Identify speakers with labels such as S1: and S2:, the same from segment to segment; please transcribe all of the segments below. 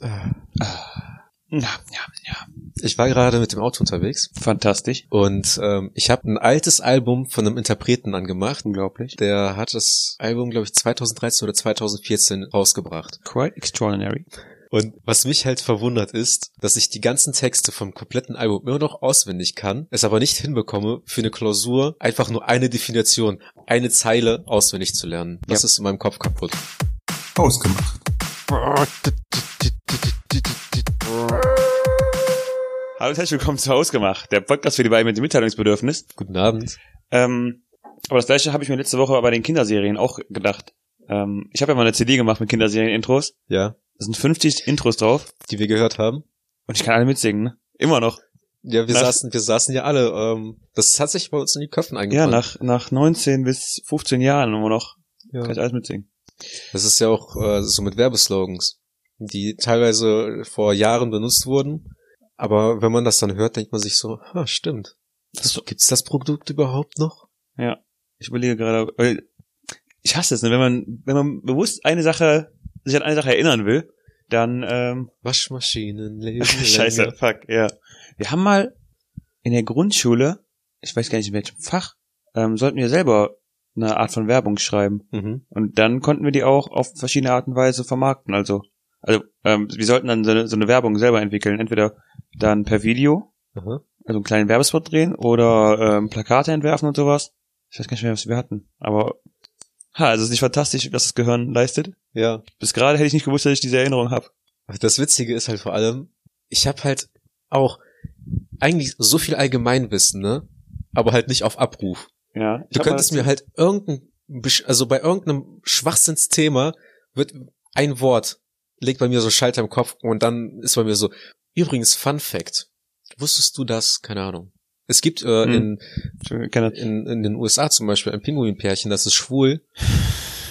S1: Äh,
S2: Ja, ja, ja. Ich war gerade mit dem Auto unterwegs
S1: fantastisch.
S2: und ähm, ich habe ein altes Album von einem Interpreten angemacht.
S1: Unglaublich.
S2: Der hat das Album, glaube ich, 2013 oder 2014 rausgebracht.
S1: Quite extraordinary.
S2: Und was mich halt verwundert ist, dass ich die ganzen Texte vom kompletten Album immer noch auswendig kann, es aber nicht hinbekomme, für eine Klausur einfach nur eine Definition, eine Zeile auswendig zu lernen. Das
S1: Ja.
S2: ist in meinem Kopf kaputt.
S3: Ausgemacht.
S4: Hallo und herzlich willkommen zu Hausgemacht, der Podcast für die beiden mit dem Mitteilungsbedürfnis.
S2: Guten Abend.
S4: Ähm, aber das gleiche habe ich mir letzte Woche bei den Kinderserien auch gedacht. Ähm, ich habe ja mal eine CD gemacht mit Kinderserien-Intros.
S2: Ja,
S4: Da sind 50 Intros drauf
S2: die wir gehört haben.
S4: und ich kann alle mitsingen. Ne? Immer noch.
S2: Ja, wir
S4: Nach-
S2: saßen, wir saßen ja alle. Ähm, das hat sich bei uns in die Köpfen
S4: Ja,
S2: eingefangen.
S4: nach, nach 19 bis 15 Jahren immer noch.
S2: Ja.
S4: Kann ich alles mitsingen.
S2: Das ist ja auch äh, so mit Werbeslogans, die teilweise vor Jahren benutzt wurden. Aber wenn man das dann hört, denkt man sich so, ah, stimmt. Das, gibt's das Produkt überhaupt noch?
S4: Ich überlege gerade, weil ich hasse es, ne? wenn man, wenn man bewusst eine Sache, sich an eine Sache erinnern will, dann, ähm,
S2: Waschmaschinen leben
S4: Scheiße,
S2: länger.
S4: fuck, ja. Wir haben mal in der Grundschule, ich weiß gar nicht in welchem Fach, ähm, sollten wir selber eine Art von Werbung schreiben.
S2: Mhm.
S4: Und dann konnten wir die auch auf verschiedene Art und Weise vermarkten. Also, also ähm, wir sollten dann so eine, so eine Werbung selber entwickeln. Entweder dann per Video,
S2: Aha.
S4: also einen kleinen Werbespot drehen oder ähm, Plakate entwerfen und sowas. Ich weiß gar nicht mehr, was wir hatten. Aber ha, also es ist nicht fantastisch, was das Gehirn leistet.
S2: Ja.
S4: Bis gerade hätte ich nicht gewusst, dass ich diese Erinnerung habe.
S2: Das Witzige ist halt vor allem, ich habe halt auch eigentlich so viel Allgemeinwissen, ne? Aber halt nicht auf Abruf.
S4: Ja. ich
S2: Du
S4: hab mal-
S2: könntest mir halt irgendein, Besch- also bei irgendeinem Schwachsinnsthema wird ein Wort, legt bei mir so einen Schalter im Kopf und dann ist bei mir so, übrigens Fun Fact. Wusstest du das? Keine Ahnung. Es gibt äh,
S4: Hm.
S2: in,
S4: Entschuldigung, keine-
S2: in, in den USA zum Beispiel ein Pinguinpärchen, das ist schwul.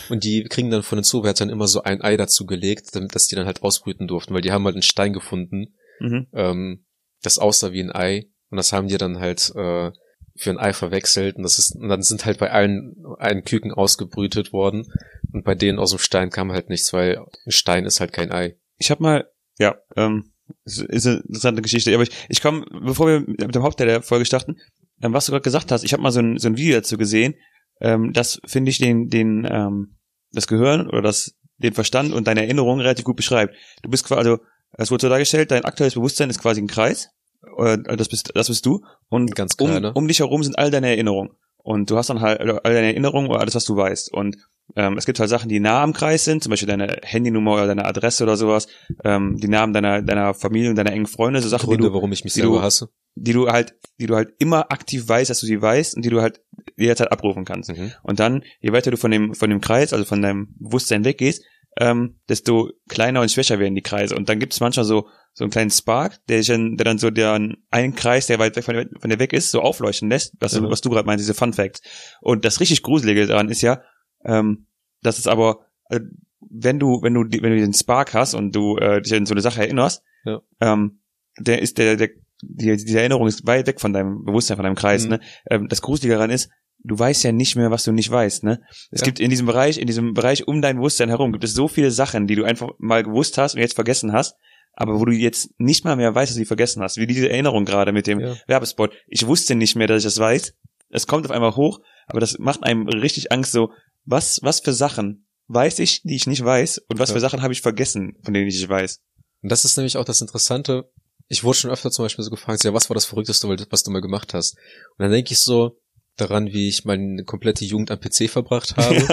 S2: Und die kriegen dann von den Zoowärtern immer so ein Ei dazu gelegt, damit dass die dann halt ausbrüten durften, weil die haben halt einen Stein gefunden,
S4: Mhm.
S2: ähm, das aussah wie ein Ei. Und das haben die dann halt äh, für ein Ei verwechselt. Und, das ist, und dann sind halt bei allen, allen Küken ausgebrütet worden. Und bei denen aus dem Stein kam halt nichts, weil ein Stein ist halt kein Ei.
S4: ich habe mal, ja, ähm, es ist eine interessante Geschichte, aber ich, ich komme, bevor wir mit dem Hauptteil der Folge starten, ähm, was du gerade gesagt hast, ich habe mal so ein, so ein Video dazu gesehen, ähm, das finde ich den, den, ähm, das Gehirn oder das, den Verstand und deine Erinnerung relativ gut beschreibt. Du bist quasi, also, es wurde so dargestellt, dein aktuelles Bewusstsein ist quasi ein Kreis, äh, das bist, das bist du, und
S2: Ein ganz
S4: um,
S2: kleiner.
S4: um dich herum sind all deine Erinnerungen. Und du hast dann halt all deine Erinnerungen oder alles, was du weißt. Und ähm, es gibt halt Sachen, die nah am Kreis sind, zum Beispiel deine Handynummer oder deine Adresse oder sowas, ähm, die Namen deiner, deiner Familie und deiner engen Freunde, so Sachen, die
S2: Gründe,
S4: du,
S2: warum ich mich
S4: die
S2: selber
S4: du-
S2: hasse.
S4: die du halt, die du halt immer aktiv weißt, dass du sie weißt und die du halt jederzeit abrufen kannst.
S2: Mhm.
S4: Und dann, je weiter du von dem, von dem Kreis, also von deinem Bewusstsein weggehst, ähm, desto kleiner und schwächer werden die Kreise. Und dann gibt es manchmal so, so einen kleinen Spark, der, dich dann, der dann so den einen Kreis, der weit weg von der, von der weg ist, so aufleuchten lässt, was,
S2: Mhm.
S4: du, was du gerade meinst, diese Fun Facts. Und das richtig Gruselige daran ist ja, ähm, dass es aber, äh, wenn du, wenn du, die- wenn du den Spark hast und du äh, dich an so eine Sache erinnerst,
S2: Ja.
S4: ähm, der ist der, der, die, diese Erinnerung ist weit weg von deinem Bewusstsein, von deinem Kreis.
S2: Mhm.
S4: Ne? Ähm, das Gruselige daran ist, du weißt ja nicht mehr, was du nicht weißt. Ne? Es
S2: Ja.
S4: gibt in diesem Bereich, in diesem Bereich um dein Bewusstsein herum, gibt es so viele Sachen, die du einfach mal gewusst hast und jetzt vergessen hast, aber wo du jetzt nicht mal mehr weißt, dass du sie vergessen hast. Wie diese Erinnerung gerade mit dem
S2: Ja.
S4: Werbespot. Ich wusste nicht mehr, dass ich das weiß. Es kommt auf einmal hoch, aber das macht einem richtig Angst. So, was, was für Sachen weiß ich, die ich nicht weiß, und was
S2: Ja.
S4: für Sachen habe ich vergessen, von denen ich nicht weiß.
S2: Und das ist nämlich auch das Interessante. Ich wurde schon öfter zum Beispiel so gefragt, ja, was war das Verrückteste, was du mal gemacht hast? Und dann denke ich so daran, wie ich meine komplette Jugend am PC verbracht habe,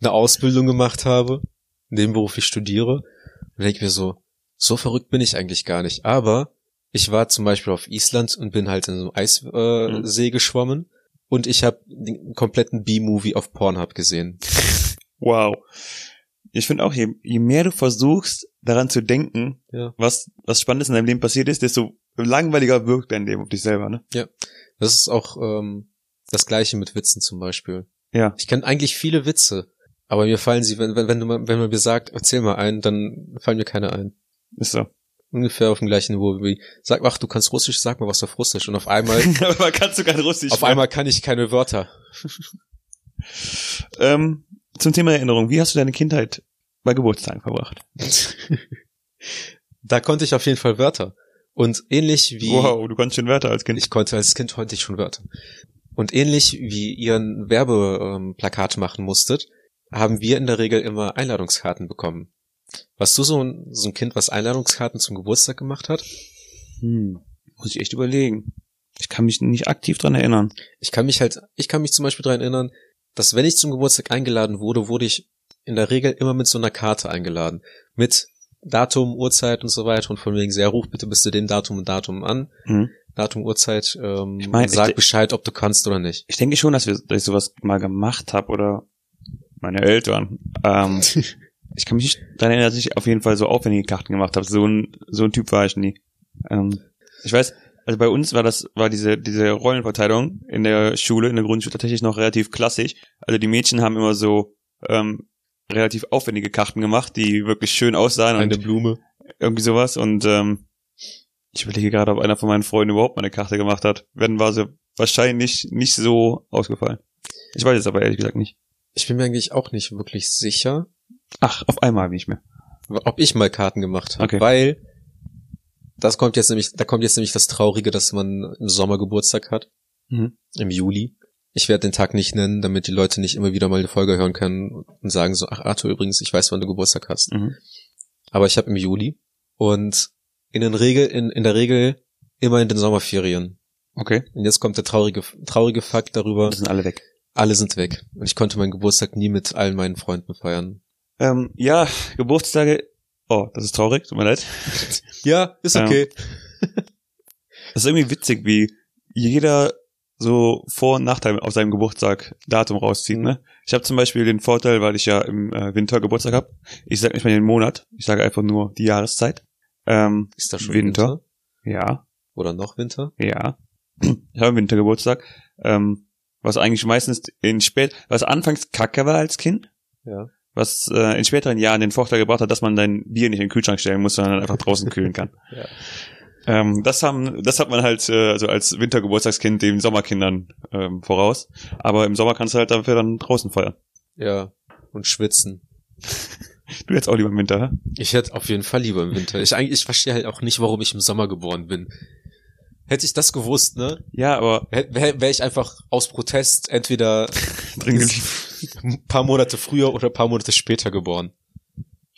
S2: eine Ausbildung gemacht habe, nebenberuflich studiere. Und denke mir so, so verrückt bin ich eigentlich gar nicht. Aber ich war zum Beispiel auf Island und bin halt in so einem Eissee äh,
S4: Mhm.
S2: See geschwommen und ich habe den kompletten B-Movie auf Pornhub gesehen.
S4: Wow. Ich finde auch, je, je mehr du versuchst, daran zu denken,
S2: Ja.
S4: was, was Spannendes in deinem Leben passiert ist, desto langweiliger wirkt dein Leben auf dich selber, ne?
S2: Das ist auch ähm, das Gleiche mit Witzen zum Beispiel.
S4: Ja.
S2: Ich kann eigentlich viele Witze, aber mir fallen sie, wenn, wenn, wenn, du mal, wenn man mir sagt, erzähl mal einen, dann fallen mir keine ein.
S4: Ist so.
S2: Ungefähr auf dem gleichen Niveau wie, sag mal, ach, du kannst Russisch, sag mal was auf Russisch. Und auf einmal,
S4: Aber man kannst du kein Russisch.
S2: auf
S4: mehr.
S2: einmal kann ich keine Wörter.
S4: Ähm, zum Thema Erinnerung. Wie hast du deine Kindheit bei Geburtstagen verbracht?
S2: Da konnte ich auf jeden Fall Wörter. Und ähnlich wie
S4: Wow, du konntest schon Wörter als Kind.
S2: ich konnte als Kind konnte ich schon Wörter. Und ähnlich wie ihr ein Werbeplakat machen musstet, haben wir in der Regel immer Einladungskarten bekommen. Warst du so ein, so ein Kind, was Einladungskarten zum Geburtstag gemacht hat?
S4: Hm, muss ich echt überlegen. Ich kann mich nicht aktiv dran erinnern.
S2: Ich kann mich halt, ich kann mich zum Beispiel daran erinnern, dass wenn ich zum Geburtstag eingeladen wurde, wurde ich in der Regel immer mit so einer Karte eingeladen. Mit Datum, Uhrzeit und so weiter und von wegen, sehr ruf bitte bis zu dem Datum und Datum an.
S4: Hm.
S2: Datum, Uhrzeit, ähm,
S4: Ich mein,
S2: und sag
S4: ich-
S2: Bescheid, ob du kannst oder nicht.
S4: Ich denke schon, dass, wir, dass ich sowas mal gemacht habe oder meine Eltern. Ähm, ich kann mich nicht daran erinnern, dass ich auf jeden Fall so aufwendige Karten gemacht habe. So ein, so ein Typ war ich nie. Ähm, ich weiß, also bei uns war das, war diese, diese Rollenverteilung in der Schule, in der Grundschule tatsächlich noch relativ klassisch. Also die Mädchen haben immer so ähm, relativ aufwendige Karten gemacht, die wirklich schön aussahen und
S2: Eine Blume.
S4: irgendwie sowas. Und ähm, ich überlege gerade, ob einer von meinen Freunden überhaupt meine Karte gemacht hat. Wenn war sie wahrscheinlich nicht so ausgefallen. Ich weiß es aber ehrlich gesagt nicht.
S2: Ich bin mir eigentlich auch nicht wirklich sicher,
S4: Ach, auf einmal nicht mehr.
S2: ob ich mal Karten gemacht habe,
S4: Okay.
S2: weil das kommt jetzt nämlich, da kommt jetzt nämlich das Traurige, dass man im Sommer Geburtstag hat,
S4: Mhm.
S2: im Juli. Ich werde den Tag nicht nennen, damit die Leute nicht immer wieder mal eine Folge hören können und sagen so, ach Arthur übrigens, ich weiß, wann du Geburtstag hast.
S4: Mhm.
S2: Aber ich habe im Juli und in, den Regel, in, in der Regel immer in den Sommerferien.
S4: Okay.
S2: Und jetzt kommt der traurige, traurige Fakt darüber,
S4: Das sind alle weg.
S2: alle sind weg. Und ich konnte meinen Geburtstag nie mit allen meinen Freunden feiern.
S4: Ähm, ja, Geburtstage. Oh, das ist traurig, tut mir leid.
S2: Ja, ist
S4: Ja.
S2: okay.
S4: Das ist irgendwie witzig, wie jeder so Vor- und Nachteil auf seinem Geburtstag Datum rauszieht.
S2: Mhm.
S4: Ne? Ich habe zum Beispiel den Vorteil, weil ich ja im äh, Winter Geburtstag habe. Ich sage nicht mal den Monat, ich sage einfach nur die Jahreszeit. Ähm,
S2: Ist da schon
S4: Winter?
S2: Winter?
S4: ja,
S2: Oder noch Winter?
S4: Ja. Ich habe Wintergeburtstag. Ähm, was eigentlich meistens in spät, was anfangs kacke war als Kind.
S2: Ja.
S4: Was äh, in späteren Jahren den Vorteil gebracht hat, dass man dein Bier nicht in den Kühlschrank stellen muss, sondern einfach draußen kühlen kann.
S2: Ja.
S4: Ähm, das haben, das hat man halt äh, also als Wintergeburtstagskind den Sommerkindern ähm, voraus. Aber im Sommer kannst du halt dafür dann draußen feiern.
S2: Ja. Und schwitzen.
S4: Du jetzt auch lieber im Winter, hä?
S2: Ich hätte auf jeden Fall lieber im Winter. Ich eigentlich, ich verstehe halt auch nicht, warum ich im Sommer geboren bin. Hätte ich das gewusst, ne?
S4: Ja, aber
S2: Wäre wär ich einfach aus Protest entweder
S4: drin geblieben.
S2: ein paar Monate früher oder ein paar Monate später geboren.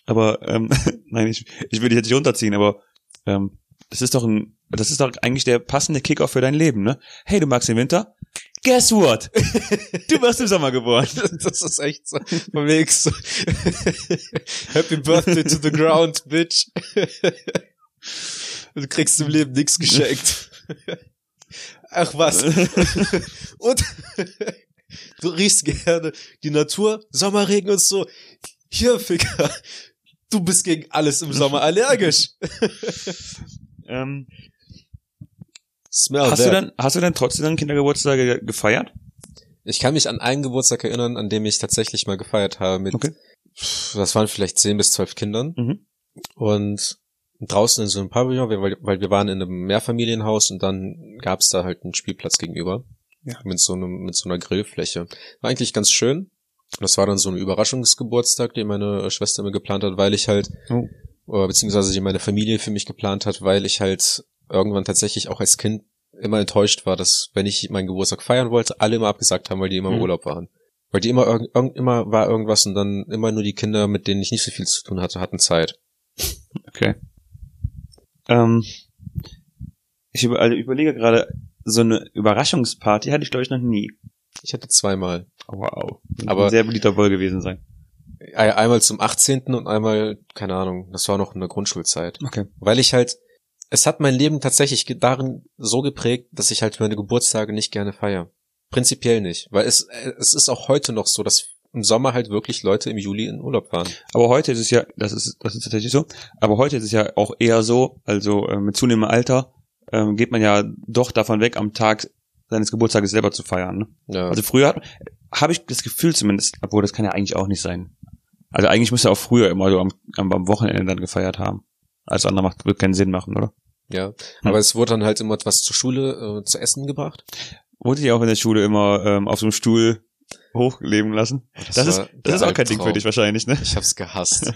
S4: Aber ähm, nein, ich, ich will dich jetzt nicht runterziehen, aber ähm, das ist doch ein, das ist doch eigentlich der passende Kickoff für dein Leben, ne? Hey, du magst den Winter? Guess what? Du wirst im Sommer geboren.
S2: Das ist echt so. Von wegen so. Happy Birthday to the ground, bitch. Du kriegst im Leben nichts geschenkt. Ach was. Und du riechst gerne die Natur, Sommerregen und so. Hier, Ficker. Du bist gegen alles im Sommer allergisch.
S4: Ähm,
S2: Smell
S4: hast
S2: that.
S4: du dann, hast du dann trotzdem dann Kindergeburtstage ge- gefeiert?
S2: Ich kann mich an einen Geburtstag erinnern, an dem ich tatsächlich mal gefeiert habe mit,
S4: Okay.
S2: pf, das waren vielleicht zehn bis zwölf Kindern
S4: Mhm.
S2: und draußen in so einem Pavillon, wir- weil, weil wir waren in einem Mehrfamilienhaus und dann gab's da halt einen Spielplatz gegenüber
S4: Ja.
S2: mit so einem, mit so einer Grillfläche. War eigentlich ganz schön. Das war dann so ein Überraschungsgeburtstag, den meine Schwester mir geplant hat, weil ich halt,
S4: Oh.
S2: oder beziehungsweise die meine Familie für mich geplant hat, weil ich halt irgendwann tatsächlich auch als Kind immer enttäuscht war, dass wenn ich meinen Geburtstag feiern wollte, alle immer abgesagt haben, weil die immer im
S4: Mhm.
S2: Urlaub waren. Weil die immer irgend, irgend immer war irgendwas und dann immer nur die Kinder, mit denen ich nicht so viel zu tun hatte, hatten Zeit.
S4: Okay. Ähm, ich über, also überlege gerade, so eine Überraschungsparty hatte ich, glaube ich, noch nie.
S2: Ich hatte zweimal.
S4: Oh, Wow.
S2: Aber-
S4: Aber sehr beliebter Woll gewesen sein.
S2: Ei- Einmal zum 18. und einmal, keine Ahnung, das war noch in der Grundschulzeit.
S4: Okay.
S2: Weil ich halt, es hat mein Leben tatsächlich ge- darin so geprägt, dass ich halt meine Geburtstage nicht gerne feiere. Prinzipiell nicht. Weil es, äh, es ist auch heute noch so, dass im Sommer halt wirklich Leute im Juli in Urlaub waren.
S4: Aber heute ist es ja, das ist, das ist tatsächlich so, aber heute ist es ja auch eher so, also äh, mit zunehmendem Alter ähm, geht man ja doch davon weg, am Tag seines Geburtstages selber zu feiern. Ne?
S2: Ja.
S4: Also früher hat- habe ich das Gefühl zumindest, obwohl das kann ja eigentlich auch nicht sein. Also eigentlich müsste auch früher immer so am, am, am Wochenende dann gefeiert haben. Alles andere macht, wird keinen Sinn machen, oder?
S2: ja.
S4: hm.
S2: Aber es wurde dann halt immer etwas zur Schule äh, zu essen gebracht.
S4: Wurde die auch in der Schule immer ähm, auf so einem Stuhl hochleben lassen? Das,
S2: war
S4: ist, das
S2: der
S4: ist auch kein Ding
S2: Albtraum.
S4: für dich wahrscheinlich, ne?
S2: Ich hab's gehasst.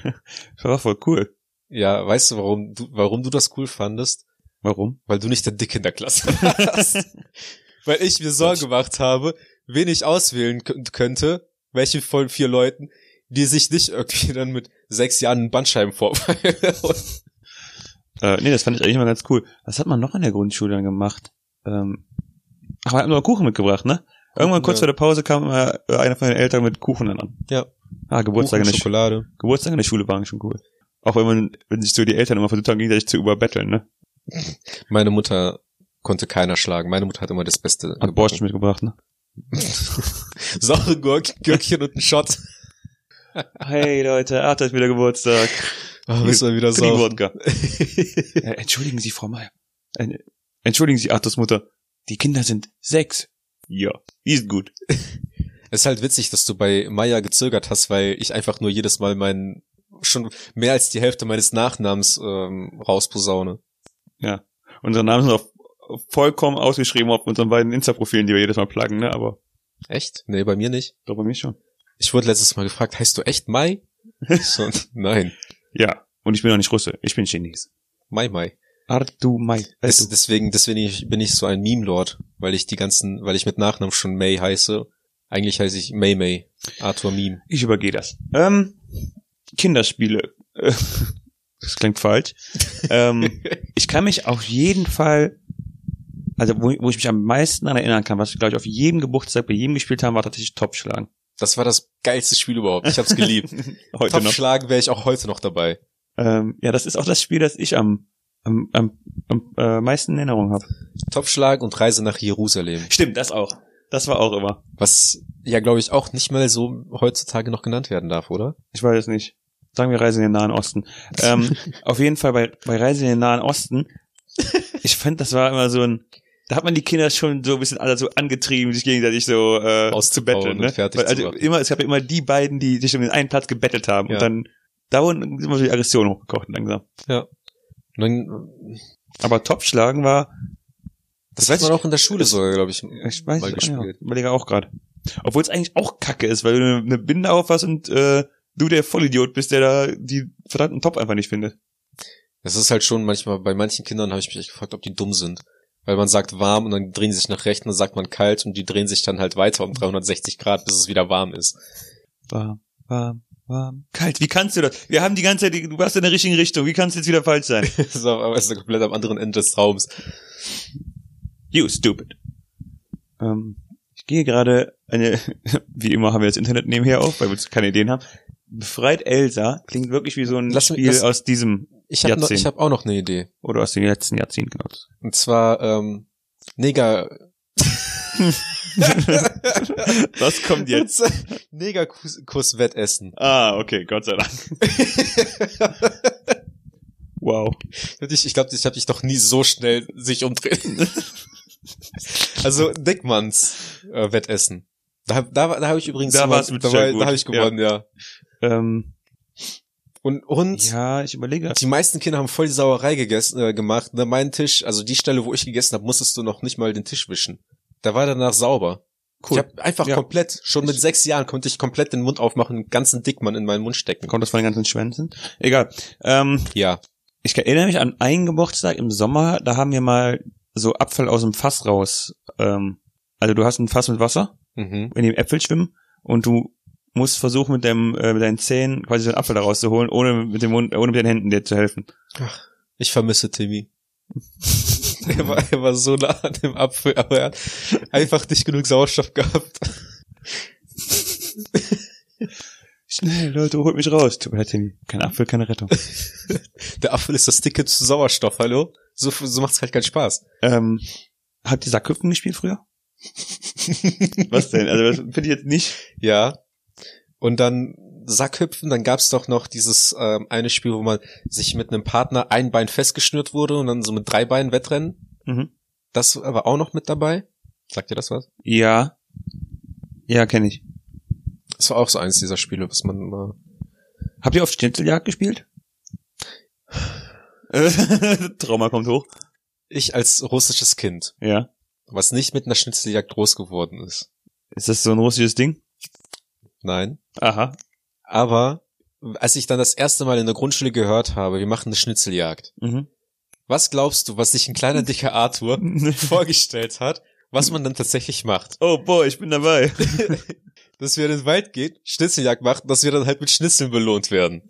S4: Das war voll cool.
S2: Ja, weißt du, warum du, warum du das cool fandest?
S4: Warum?
S2: Weil du nicht der Dick in der Klasse warst. Weil ich mir Sorgen gemacht habe, wen ich auswählen k- könnte, welche von vier Leuten, die sich nicht irgendwie dann mit sechs Jahren einen Bandscheibenvorfall.
S4: Äh, nee, das fand ich eigentlich mal ganz cool. Was hat man noch in der Grundschule dann gemacht? Ähm, ach, wir haben noch Kuchen mitgebracht, ne? Irgendwann kurz
S2: Ja.
S4: vor der Pause kam immer äh, einer von den Eltern mit Kuchen dann an.
S2: Ja.
S4: Ah, Geburtstage
S2: Kuchen,
S4: in der, Schu-
S2: Schokolade.
S4: Geburtstage in der Schule waren schon cool. Auch wenn man, wenn sich so die Eltern immer versucht haben, gegenseitig zu überbetteln, ne?
S2: Meine Mutter konnte keiner schlagen. Meine Mutter hat immer das Beste.
S4: Hat Borscht mitgebracht, ne?
S2: Saure Gurk- Gürkchen und einen Shot.
S4: Hey Leute, ach, da ist wieder Geburtstag.
S2: Oh, müssen wir wieder
S4: Trink
S2: saufen.
S4: Wodka. Äh, entschuldigen Sie, Frau Meier. Äh, entschuldigen Sie, Arthurs Mutter. Die Kinder sind sechs. Ja, die sind gut.
S2: Es ist halt witzig, dass du bei Maya gezögert hast, weil ich einfach nur jedes Mal meinen schon mehr als die Hälfte meines Nachnamens ähm, rausposaune.
S4: Unsere Namen sind auch vollkommen ausgeschrieben auf unseren beiden Insta-Profilen, die wir jedes Mal pluggen, ne? Aber
S2: Echt? Nee, bei mir nicht.
S4: doch bei mir schon.
S2: Ich wurde letztes Mal gefragt, heißt du echt Mai? So, nein,
S4: Ja, und ich bin noch nicht Russe, ich bin Chines.
S2: Mai Mai.
S4: Artu Mai. Äh,
S2: Es,
S4: du.
S2: deswegen, deswegen ich- bin ich so ein Meme-Lord, weil ich die ganzen, weil ich mit Nachnamen schon May heiße. Eigentlich heiße ich May May. Arthur Meme.
S4: Ich übergehe das. Ähm, Kinderspiele. Äh, Das klingt falsch. ähm, ich kann mich auf jeden Fall, also wo, wo ich mich am meisten daran erinnern kann, was wir, glaube ich, auf jedem Geburtstag bei jedem gespielt haben, war tatsächlich Topschlagen.
S2: Das war das geilste Spiel überhaupt. Ich hab's geliebt.
S4: Heute noch.
S2: Topfschlagen wäre ich auch heute noch dabei.
S4: Ähm, ja, das ist auch das Spiel, das ich am, am, am, am äh, meisten in Erinnerung habe.
S2: Topfschlag und Reise nach Jerusalem.
S4: Stimmt, das auch. Das war auch immer.
S2: Was ja, glaube ich, auch nicht mal so heutzutage noch genannt werden darf, oder?
S4: Ich weiß es nicht. Sagen wir Reise in den Nahen Osten. ähm, auf jeden Fall bei, bei Reise in den Nahen Osten. Ich fand, das war immer so ein. Da hat man die Kinder schon so ein bisschen alle so angetrieben, sich gegenseitig so äh, zu
S2: Auszubauen
S4: betteln.
S2: und
S4: Ne?
S2: fertig
S4: Weil,
S2: zu
S4: also
S2: machen.
S4: immer, es gab ja immer die beiden, die sich um den einen Platz gebettelt haben.
S2: Ja.
S4: Und dann da wurden immer so die Aggression hochgekocht langsam.
S2: Und dann,
S4: Aber Topschlagen war,
S2: das, weiß man auch in der Schule sogar, glaube ich.
S4: ich weiß
S2: Mal
S4: nicht, ja,
S2: gespielt.
S4: überlege auch gerade. Obwohl es eigentlich auch Kacke ist, weil du eine, eine Binde auf hast und äh, du der Vollidiot bist, der da die verdammten Top einfach nicht findet.
S2: Das ist halt schon manchmal, bei manchen Kindern habe ich mich echt gefragt, ob die dumm sind. Weil man sagt warm und dann drehen sie sich nach rechts und dann sagt man kalt und die drehen sich dann halt weiter um 360 Grad, bis es wieder warm ist.
S4: Warm, warm, warm. Kalt, wie kannst du das? Wir haben die ganze Zeit, die- du warst in der richtigen Richtung, wie kannst du jetzt wieder falsch sein?
S2: Das ist aber ist komplett am anderen Ende des Raums.
S4: You stupid. Ähm, ich gehe gerade eine, wie immer haben wir das Internet nebenher auf, weil wir keine Ideen haben. Befreit Elsa klingt wirklich wie so ein
S2: Lass mich-
S4: Spiel
S2: lass-
S4: aus diesem,
S2: Ich habe
S4: Jahrzehnt.
S2: hab auch noch eine Idee.
S4: oder aus den letzten Jahrzehnten, genau.
S2: Und zwar, ähm, Neger.
S4: Was kommt jetzt?
S2: Negerkuss-Wettessen.
S4: Ah, okay, Gott sei Dank. Wow.
S2: Ich, ich glaube, ich habe dich doch nie so schnell sich umdrehen. also Dickmanns äh, Wettessen. Da, da, war- da habe ich übrigens
S4: Da
S2: immer-
S4: war's mit
S2: da,
S4: Jack
S2: war-
S4: gut,
S2: da habe ich gewonnen, ja.
S4: Ähm,
S2: Und und
S4: ja, ich überlege.
S2: die meisten Kinder haben voll die Sauerei gegessen äh, gemacht. Ne, mein Tisch, also die Stelle, wo ich gegessen habe, musstest du noch nicht mal den Tisch wischen. Da war danach sauber. Ich habe einfach
S4: Ja.
S2: komplett, schon mit sechs Jahren konnte ich komplett den Mund aufmachen, einen ganzen Dickmann in meinen Mund stecken.
S4: Kommt das von den ganzen Schwänzen? Egal. Ähm,
S2: Ja,
S4: Ich erinnere mich an einen Geburtstag im Sommer, da haben wir mal so Apfel aus dem Fass raus. Ähm, also du hast ein Fass mit Wasser,
S2: mhm.
S4: in dem Äpfel schwimmen und du musst versuchen mit, deinem, äh, mit deinen Zähnen quasi so einen Apfel da rauszuholen, ohne mit dem Mund, ohne mit den Händen dir zu helfen.
S2: ich vermisse Timmy. er, war, er war so nah an dem Apfel, aber er hat einfach nicht genug Sauerstoff gehabt.
S4: Schnell, Leute, holt mich raus. Tut mir leid, Timmy. Kein Apfel, keine Rettung.
S2: Der Apfel ist das Ticket zu Sauerstoff, hallo? So, so macht's halt keinen Spaß.
S4: ähm, habt ihr Sackhüpfen gespielt früher? Was denn? Also das finde ich jetzt nicht.
S2: Ja. Und dann Sackhüpfen, dann gab's doch noch dieses ähm, eine Spiel, wo man sich mit einem Partner ein Bein festgeschnürt wurde und dann so mit drei Beinen wettrennen.
S4: Mhm.
S2: Das war auch noch mit dabei. Sagt ihr das was?
S4: Ja. Ja, kenne ich.
S2: Das war auch so eins dieser Spiele, was man immer.
S4: Habt ihr auf Schnitzeljagd gespielt? Äh, Trauma kommt hoch.
S2: Ich als russisches Kind,
S4: Ja.
S2: was nicht mit einer Schnitzeljagd groß geworden ist.
S4: Ist das so ein russisches Ding?
S2: Nein.
S4: Aha.
S2: Aber als ich dann das erste Mal in der Grundschule gehört habe, wir machen eine Schnitzeljagd.
S4: Mhm.
S2: Was glaubst du, was sich ein kleiner dicker Arthur vorgestellt hat, was man dann tatsächlich macht?
S4: Oh boy, ich bin dabei.
S2: Dass wir in den Wald gehen, Schnitzeljagd machen, dass wir dann halt mit Schnitzeln belohnt werden.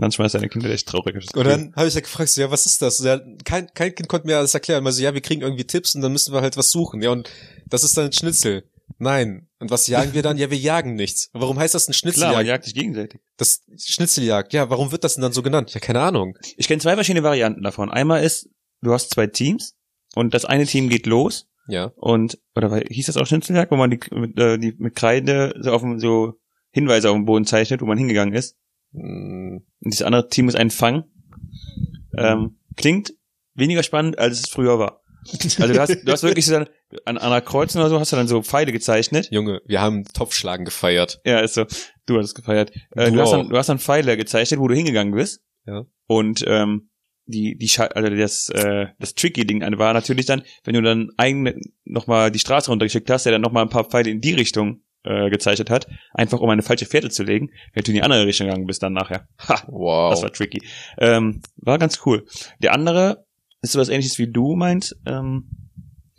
S4: Manchmal ist eine Kinder echt traurig. hab ich das
S2: Und
S4: Gefühl.
S2: dann habe ich ja gefragt, so, ja, was ist das? Ja, kein, kein Kind konnte mir alles erklären. Also, ja, wir kriegen irgendwie Tipps und dann müssen wir halt was suchen. Ja, und das ist dann ein Schnitzel. Nein. Und was jagen wir dann? Ja, wir jagen nichts. Warum heißt das ein
S4: Klar, man
S2: Schnitzeljagd?
S4: jagt sich gegenseitig.
S2: Das Schnitzeljagd. Ja, warum wird das denn dann so genannt? Ja, keine Ahnung.
S4: Ich kenne zwei verschiedene Varianten davon. Einmal ist, du hast zwei Teams und das eine Team geht los
S2: Ja.
S4: und oder war- hieß das auch Schnitzeljagd, wo man die mit, äh, die mit Kreide so auf dem so Hinweise auf dem Boden zeichnet, wo man hingegangen ist.
S2: Mm,
S4: Und das andere Team ist ein Fang. Ähm, klingt weniger spannend, als es früher war. Also du hast, du hast wirklich so dann an, an einer Kreuzen oder so hast du dann so Pfeile gezeichnet.
S2: Junge, wir haben Topfschlagen gefeiert.
S4: Ja, ist so. Du hast es gefeiert. Äh,
S2: Du
S4: du, hast dann,
S2: auch.
S4: du hast dann Pfeile gezeichnet, wo du hingegangen bist.
S2: Ja.
S4: Und ähm, die, die Scha- also das, äh, das tricky Ding an war natürlich dann, wenn du dann eigene nochmal die Straße runtergeschickt hast, der dann nochmal ein paar Pfeile in die Richtung äh, gezeichnet hat, einfach um eine falsche Fährte zu legen, wenn du in die andere Richtung gegangen bist dann nachher. Ha,
S2: Wow.
S4: das war tricky. Ähm, war ganz cool. Der andere ist sowas ähnliches wie du meinst. Ähm,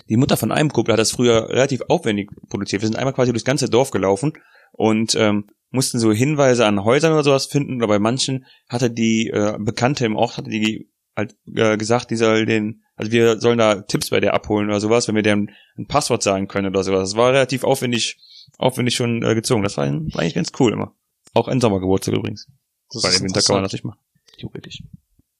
S4: die Mutter von einem Kumpel hat das früher relativ aufwendig produziert. Wir sind einmal quasi durchs ganze Dorf gelaufen und ähm, mussten so Hinweise an Häusern oder sowas finden. Oder bei manchen hatte die äh, Bekannte im Ort, hatte die halt äh, gesagt, die soll den, also wir sollen da Tipps bei der abholen oder sowas, wenn wir deren ein Passwort sagen können oder sowas. Das war relativ aufwendig, aufwendig schon äh, gezogen. Das war, war eigentlich ganz cool immer. Auch ein Sommergeburtstag übrigens.
S2: Das
S4: Bei
S2: ist
S4: dem Winter kann man
S2: interessant.
S4: das nicht machen. Theoretisch.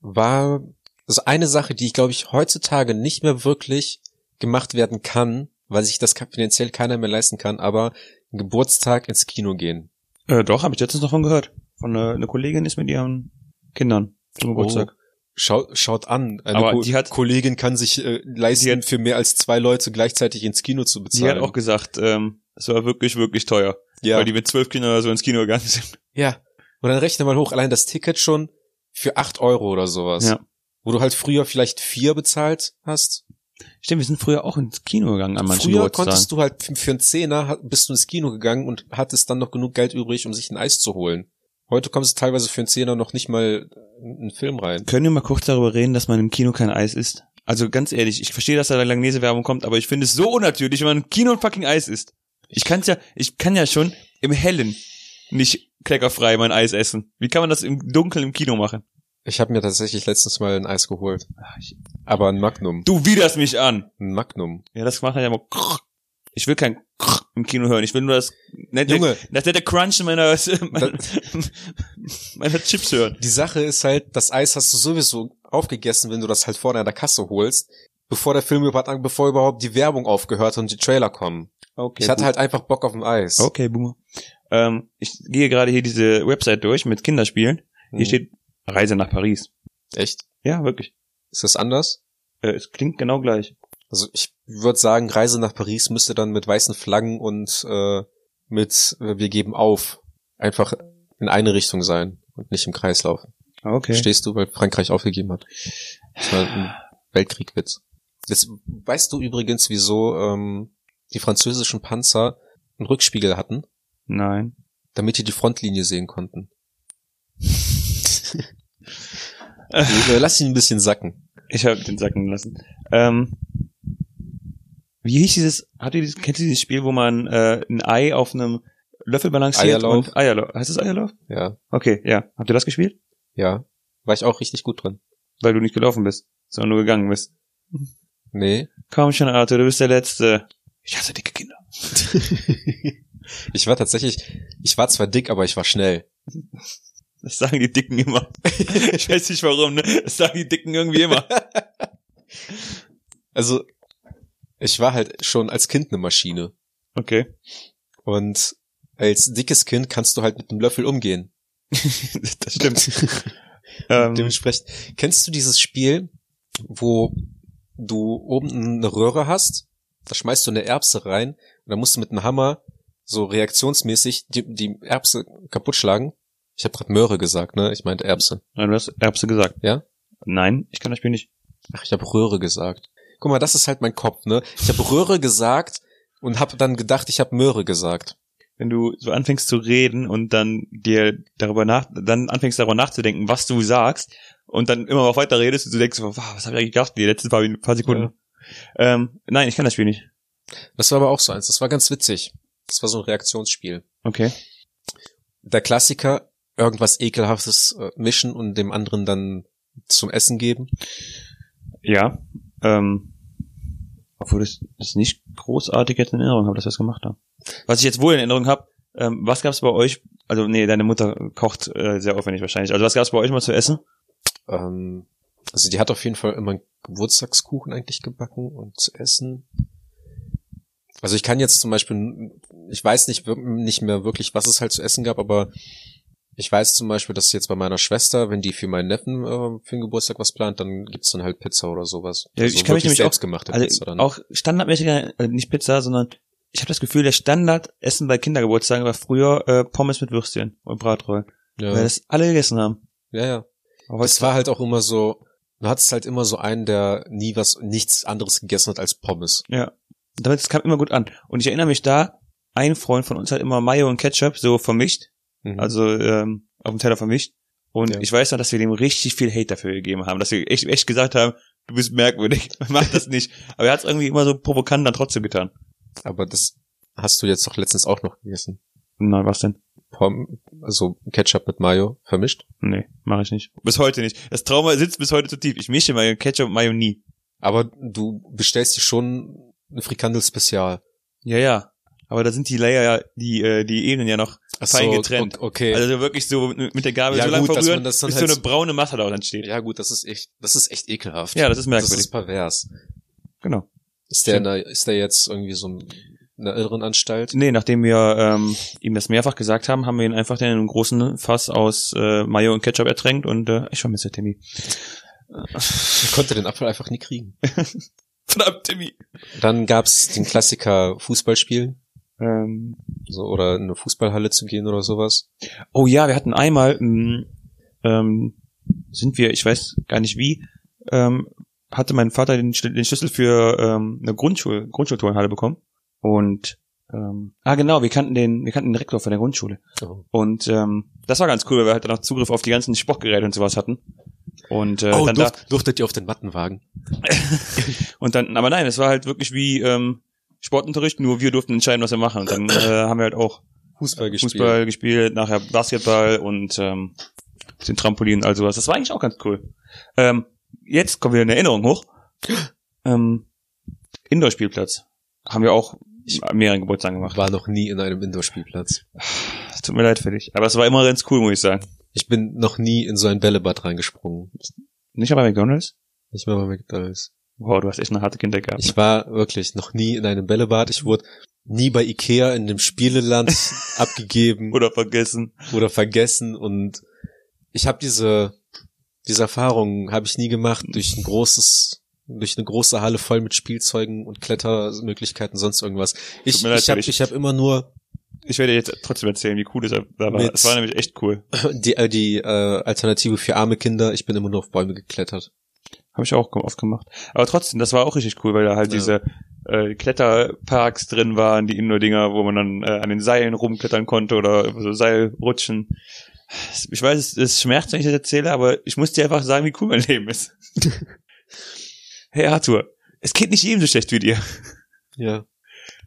S2: war also eine Sache, die, glaube ich, heutzutage nicht mehr wirklich gemacht werden kann, weil sich das finanziell keiner mehr leisten kann, aber einen Geburtstag ins Kino gehen.
S4: Äh, doch, habe ich letztens noch von gehört. Von einer eine Kollegin ist mit ihren Kindern zum Geburtstag.
S2: Oh, Schau, schaut an, eine
S4: Aber
S2: Ko
S4: die hat-
S2: Kollegin kann sich äh,
S4: Die
S2: leisten,
S4: hat-
S2: für mehr als zwei Leute gleichzeitig ins Kino zu
S4: Sie hat
S2: bezahlen.
S4: auch gesagt, ähm, es war wirklich, wirklich teuer.
S2: ja.
S4: Weil die mit zwölf Kindern oder so ins Kino gegangen sind.
S2: ja. Und dann rechne mal hoch, allein das Ticket schon für acht Euro oder sowas.
S4: Ja.
S2: Wo du halt früher vielleicht vier bezahlt hast.
S4: Stimmt, wir sind früher auch ins Kino gegangen an manchen
S2: Früher
S4: Geburtstagen.
S2: konntest du halt für- für einen Zehner ha- bist du ins Kino gegangen und hattest dann noch genug Geld übrig, um sich ein Eis zu holen. Heute kommst du teilweise für einen Zehner noch nicht mal in einen Film rein.
S4: Können wir mal kurz darüber reden, dass man im Kino kein Eis isst? Also ganz ehrlich, ich verstehe, dass da Langnese-Werbung kommt, aber ich finde es so unnatürlich, wenn man im Kino ein fucking Eis isst. Ich kann's ja, ich kann ja schon im Hellen nicht kleckerfrei mein Eis essen. Wie kann man das im Dunkeln im Kino machen?
S2: Ich habe mir tatsächlich letztens mal ein Eis geholt.
S4: Ah,
S2: Aber ein Magnum.
S4: Du widerst mich an!
S2: Ein Magnum.
S4: Ja, das macht halt immer. krrr. Ich will kein krrr im Kino hören. Ich will nur das nette,
S2: Junge.
S4: das nette Crunch in meiner, meiner, meiner Chips hören.
S2: Die Sache ist halt, das Eis hast du sowieso aufgegessen, wenn du das halt vorne an der Kasse holst, bevor der Film überhaupt, bevor überhaupt die Werbung aufgehört und die Trailer kommen.
S4: Okay.
S2: Ich hatte halt einfach Bock auf ein Eis.
S4: okay, Boomer. halt Ähm, ich gehe gerade hier diese Website durch mit Kinderspielen. Hier
S2: Hm.
S4: steht Reise nach Paris.
S2: Echt?
S4: Ja, wirklich.
S2: Ist das anders?
S4: Äh, es klingt genau gleich.
S2: Also ich würde sagen, Reise nach Paris müsste dann mit weißen Flaggen und äh, mit äh, wir geben auf einfach in eine Richtung sein und nicht im Kreis laufen.
S4: Okay.
S2: Verstehst du, weil Frankreich aufgegeben hat. Das war ein Weltkriegwitz. Jetzt weißt du übrigens, wieso ähm, die französischen Panzer einen Rückspiegel hatten,
S4: Nein.
S2: damit die die Frontlinie sehen konnten. äh, Lass ihn ein bisschen sacken.
S4: Ich habe den sacken lassen. Ähm, wie hieß dieses, habt ihr dieses, kennt ihr dieses Spiel, wo man äh, ein Ei auf einem Löffel balanciert?
S2: Eierlauf.
S4: Und Eierlauf. Heißt das Eierlauf?
S2: Ja,
S4: Okay, ja. Habt ihr das gespielt?
S2: ja. War ich auch richtig gut drin.
S4: weil du nicht gelaufen bist, sondern nur gegangen bist.
S2: Nee.
S4: Komm schon, Arthur, du bist der Letzte. Ich hasse dicke Kinder.
S2: ich war tatsächlich, ich war zwar dick, aber ich war schnell.
S4: Das sagen die Dicken immer. ich weiß nicht warum, ne? Das sagen die Dicken irgendwie immer.
S2: Also, ich war halt schon als Kind eine Maschine.
S4: Okay.
S2: Und als dickes Kind kannst du halt mit einem Löffel umgehen.
S4: das stimmt. ähm,
S2: Dementsprechend, kennst du dieses Spiel, wo du oben eine Röhre hast, da schmeißt du eine Erbse rein und dann musst du mit einem Hammer so reaktionsmäßig die, die Erbse kaputt schlagen? Ich habe gerade Möhre gesagt, ne? Ich meinte Erbse.
S4: nein, du hast Erbse gesagt.
S2: Ja?
S4: Nein, ich kann das Spiel nicht.
S2: Ach, ich habe Röhre gesagt. Guck mal, das ist halt mein Kopf, ne? Ich habe Röhre gesagt und habe dann gedacht, ich habe Möhre gesagt.
S4: wenn du so anfängst zu reden und dann dir darüber nach, dann anfängst darüber nachzudenken, was du sagst und dann immer noch weiter redest und du denkst, wow, was habe ich eigentlich gedacht die letzten paar, paar Sekunden. Ähm, nein, ich kann das Spiel nicht.
S2: Das war aber auch so eins. Das war ganz witzig. Das war so ein Reaktionsspiel.
S4: Okay.
S2: Der Klassiker, irgendwas Ekelhaftes äh, mischen und dem anderen dann zum Essen geben.
S4: Ja. Ähm, obwohl ich das nicht großartig jetzt in Erinnerung habe, dass wir das gemacht haben. Was ich jetzt wohl in Erinnerung habe, ähm, was gab's bei euch? Also nee, deine Mutter kocht äh, sehr aufwendig wahrscheinlich. Also was gab's bei euch mal zu essen?
S2: Ähm, also die hat auf jeden Fall immer einen Geburtstagskuchen eigentlich gebacken und zu essen. Also ich kann jetzt zum Beispiel, ich weiß nicht, wir- nicht mehr wirklich, was es halt zu essen gab, aber ich weiß zum Beispiel, dass jetzt bei meiner Schwester, wenn die für meinen Neffen äh, für den Geburtstag was plant, dann gibt's dann halt Pizza oder sowas.
S4: Ja, ich kann mich
S2: wirklich
S4: nämlich auch-
S2: selbstgemachte
S4: Also
S2: Pizza dann.
S4: auch standardmäßiger, also nicht Pizza, sondern ich habe das Gefühl, der Standardessen bei Kindergeburtstagen war früher äh, Pommes mit Würstchen und Bratrollen,
S2: ja,
S4: weil das alle gegessen haben.
S2: ja, ja.
S4: Aber
S2: Es war halt auch immer so, du hattest halt immer so einen, der nie was, nichts anderes gegessen hat als Pommes.
S4: Ja. Damit es kam immer gut an. Und ich erinnere mich da, ein Freund von uns hat immer Mayo und Ketchup so vermischt,
S2: Mhm.
S4: also ähm, auf dem Teller vermischt. Und
S2: Ja.
S4: ich weiß noch, dass wir dem richtig viel Hate dafür gegeben haben, dass wir echt, echt gesagt haben, du bist merkwürdig, mach das nicht. Aber er hat es irgendwie immer so provokant dann trotzdem getan.
S2: aber das hast du jetzt doch letztens auch noch gegessen.
S4: Na, was denn?
S2: Pom also Ketchup mit Mayo vermischt.
S4: Nee, mache ich nicht. Bis heute nicht. Das Trauma sitzt bis heute zu tief. Ich mische mal Ketchup und Mayo nie.
S2: Aber du bestellst dir schon ein Frikandel Spezial.
S4: Ja, ja. Aber da sind die Layer ja, die, äh, die Ebenen ja noch
S2: Ach
S4: fein getrennt.
S2: o- Okay.
S4: Also wirklich so mit mit der Gabel
S2: Ja,
S4: so lang
S2: gut, dass man
S4: verrühren, bis
S2: das dann
S4: so
S2: halt
S4: eine
S2: so-
S4: braune Masse da auch entsteht.
S2: Also, ja gut, das ist echt, das ist echt ekelhaft.
S4: Ja, das ist
S2: das
S4: merkwürdig.
S2: ist pervers.
S4: genau.
S2: Ist der, in einer, ist der jetzt irgendwie so in einer irren Anstalt?
S4: Nee, nachdem wir ähm, ihm das mehrfach gesagt haben, haben wir ihn einfach in einem großen Fass aus äh, Mayo und Ketchup ertränkt und äh, ich vermisse Timmy.
S2: Ich konnte den Apfel einfach nie kriegen.
S4: Verdammt, Timmy.
S2: Dann gab's den Klassiker Fußballspielen,
S4: Ähm,
S2: so oder in eine Fußballhalle zu gehen oder sowas.
S4: oh ja, wir hatten einmal, mh, ähm, sind wir, ich weiß gar nicht wie, ähm, hatte mein Vater den, Schl- den Schlüssel für ähm, eine Grundschule, Grundschulturnhalle bekommen und ähm, ah genau, wir kannten den, wir kannten den Rektor von der Grundschule.
S2: Oh,
S4: Und ähm, das war ganz cool, weil wir halt dann auch Zugriff auf die ganzen Sportgeräte und sowas hatten. Und äh,
S2: oh
S4: dann da,
S2: durft, durftet ihr auf den Mattenwagen?
S4: und dann, aber nein, es war halt wirklich wie ähm, Sportunterricht, nur wir durften entscheiden, was wir machen. Und dann äh, haben wir halt auch
S2: Fußball gespielt.
S4: Fußball gespielt, nachher Basketball und ähm, den Trampolin, also was. Das war eigentlich auch ganz cool. Ähm, jetzt kommt wieder eine Erinnerung hoch. Ähm, Indoor-Spielplatz. Haben wir auch an mehreren Geburtstagen gemacht.
S2: War noch nie in einem Indoor-Spielplatz.
S4: Es Tut mir leid für dich. Aber es war immer ganz cool, muss ich sagen.
S2: Ich bin noch nie in so ein Bällebad reingesprungen.
S4: Nicht aber bei McDonalds?
S2: Nicht mal bei McDonalds.
S4: Wow, du hast echt eine harte Kindheit gehabt.
S2: Ich war wirklich noch nie in einem Bällebad. Ich wurde nie bei Ikea in dem Spieleland abgegeben
S4: Oder vergessen.
S2: oder vergessen und ich habe diese diese Erfahrung habe ich nie gemacht durch ein großes durch eine große Halle voll mit Spielzeugen und Klettermöglichkeiten sonst irgendwas. Ich
S4: mir leid
S2: ich
S4: für
S2: habe
S4: dich.
S2: ich habe immer nur
S4: Ich werde dir jetzt trotzdem erzählen, wie cool das da war.
S2: Mit-
S4: Es war nämlich echt cool.
S2: die äh, die äh, Alternative für arme Kinder, ich bin immer nur auf Bäume geklettert.
S4: Habe ich auch oft gemacht. Aber trotzdem, das war auch richtig cool, weil da halt
S2: Ja.
S4: diese äh, Kletterparks drin waren, die Indoor-Dinger, wo man dann äh, an den Seilen rumklettern konnte oder so Seilrutschen. Ich weiß, es, es schmerzt, wenn ich das erzähle, aber ich muss dir einfach sagen, wie cool mein Leben ist. hey Arthur, es geht nicht jedem so schlecht wie dir.
S2: Ja,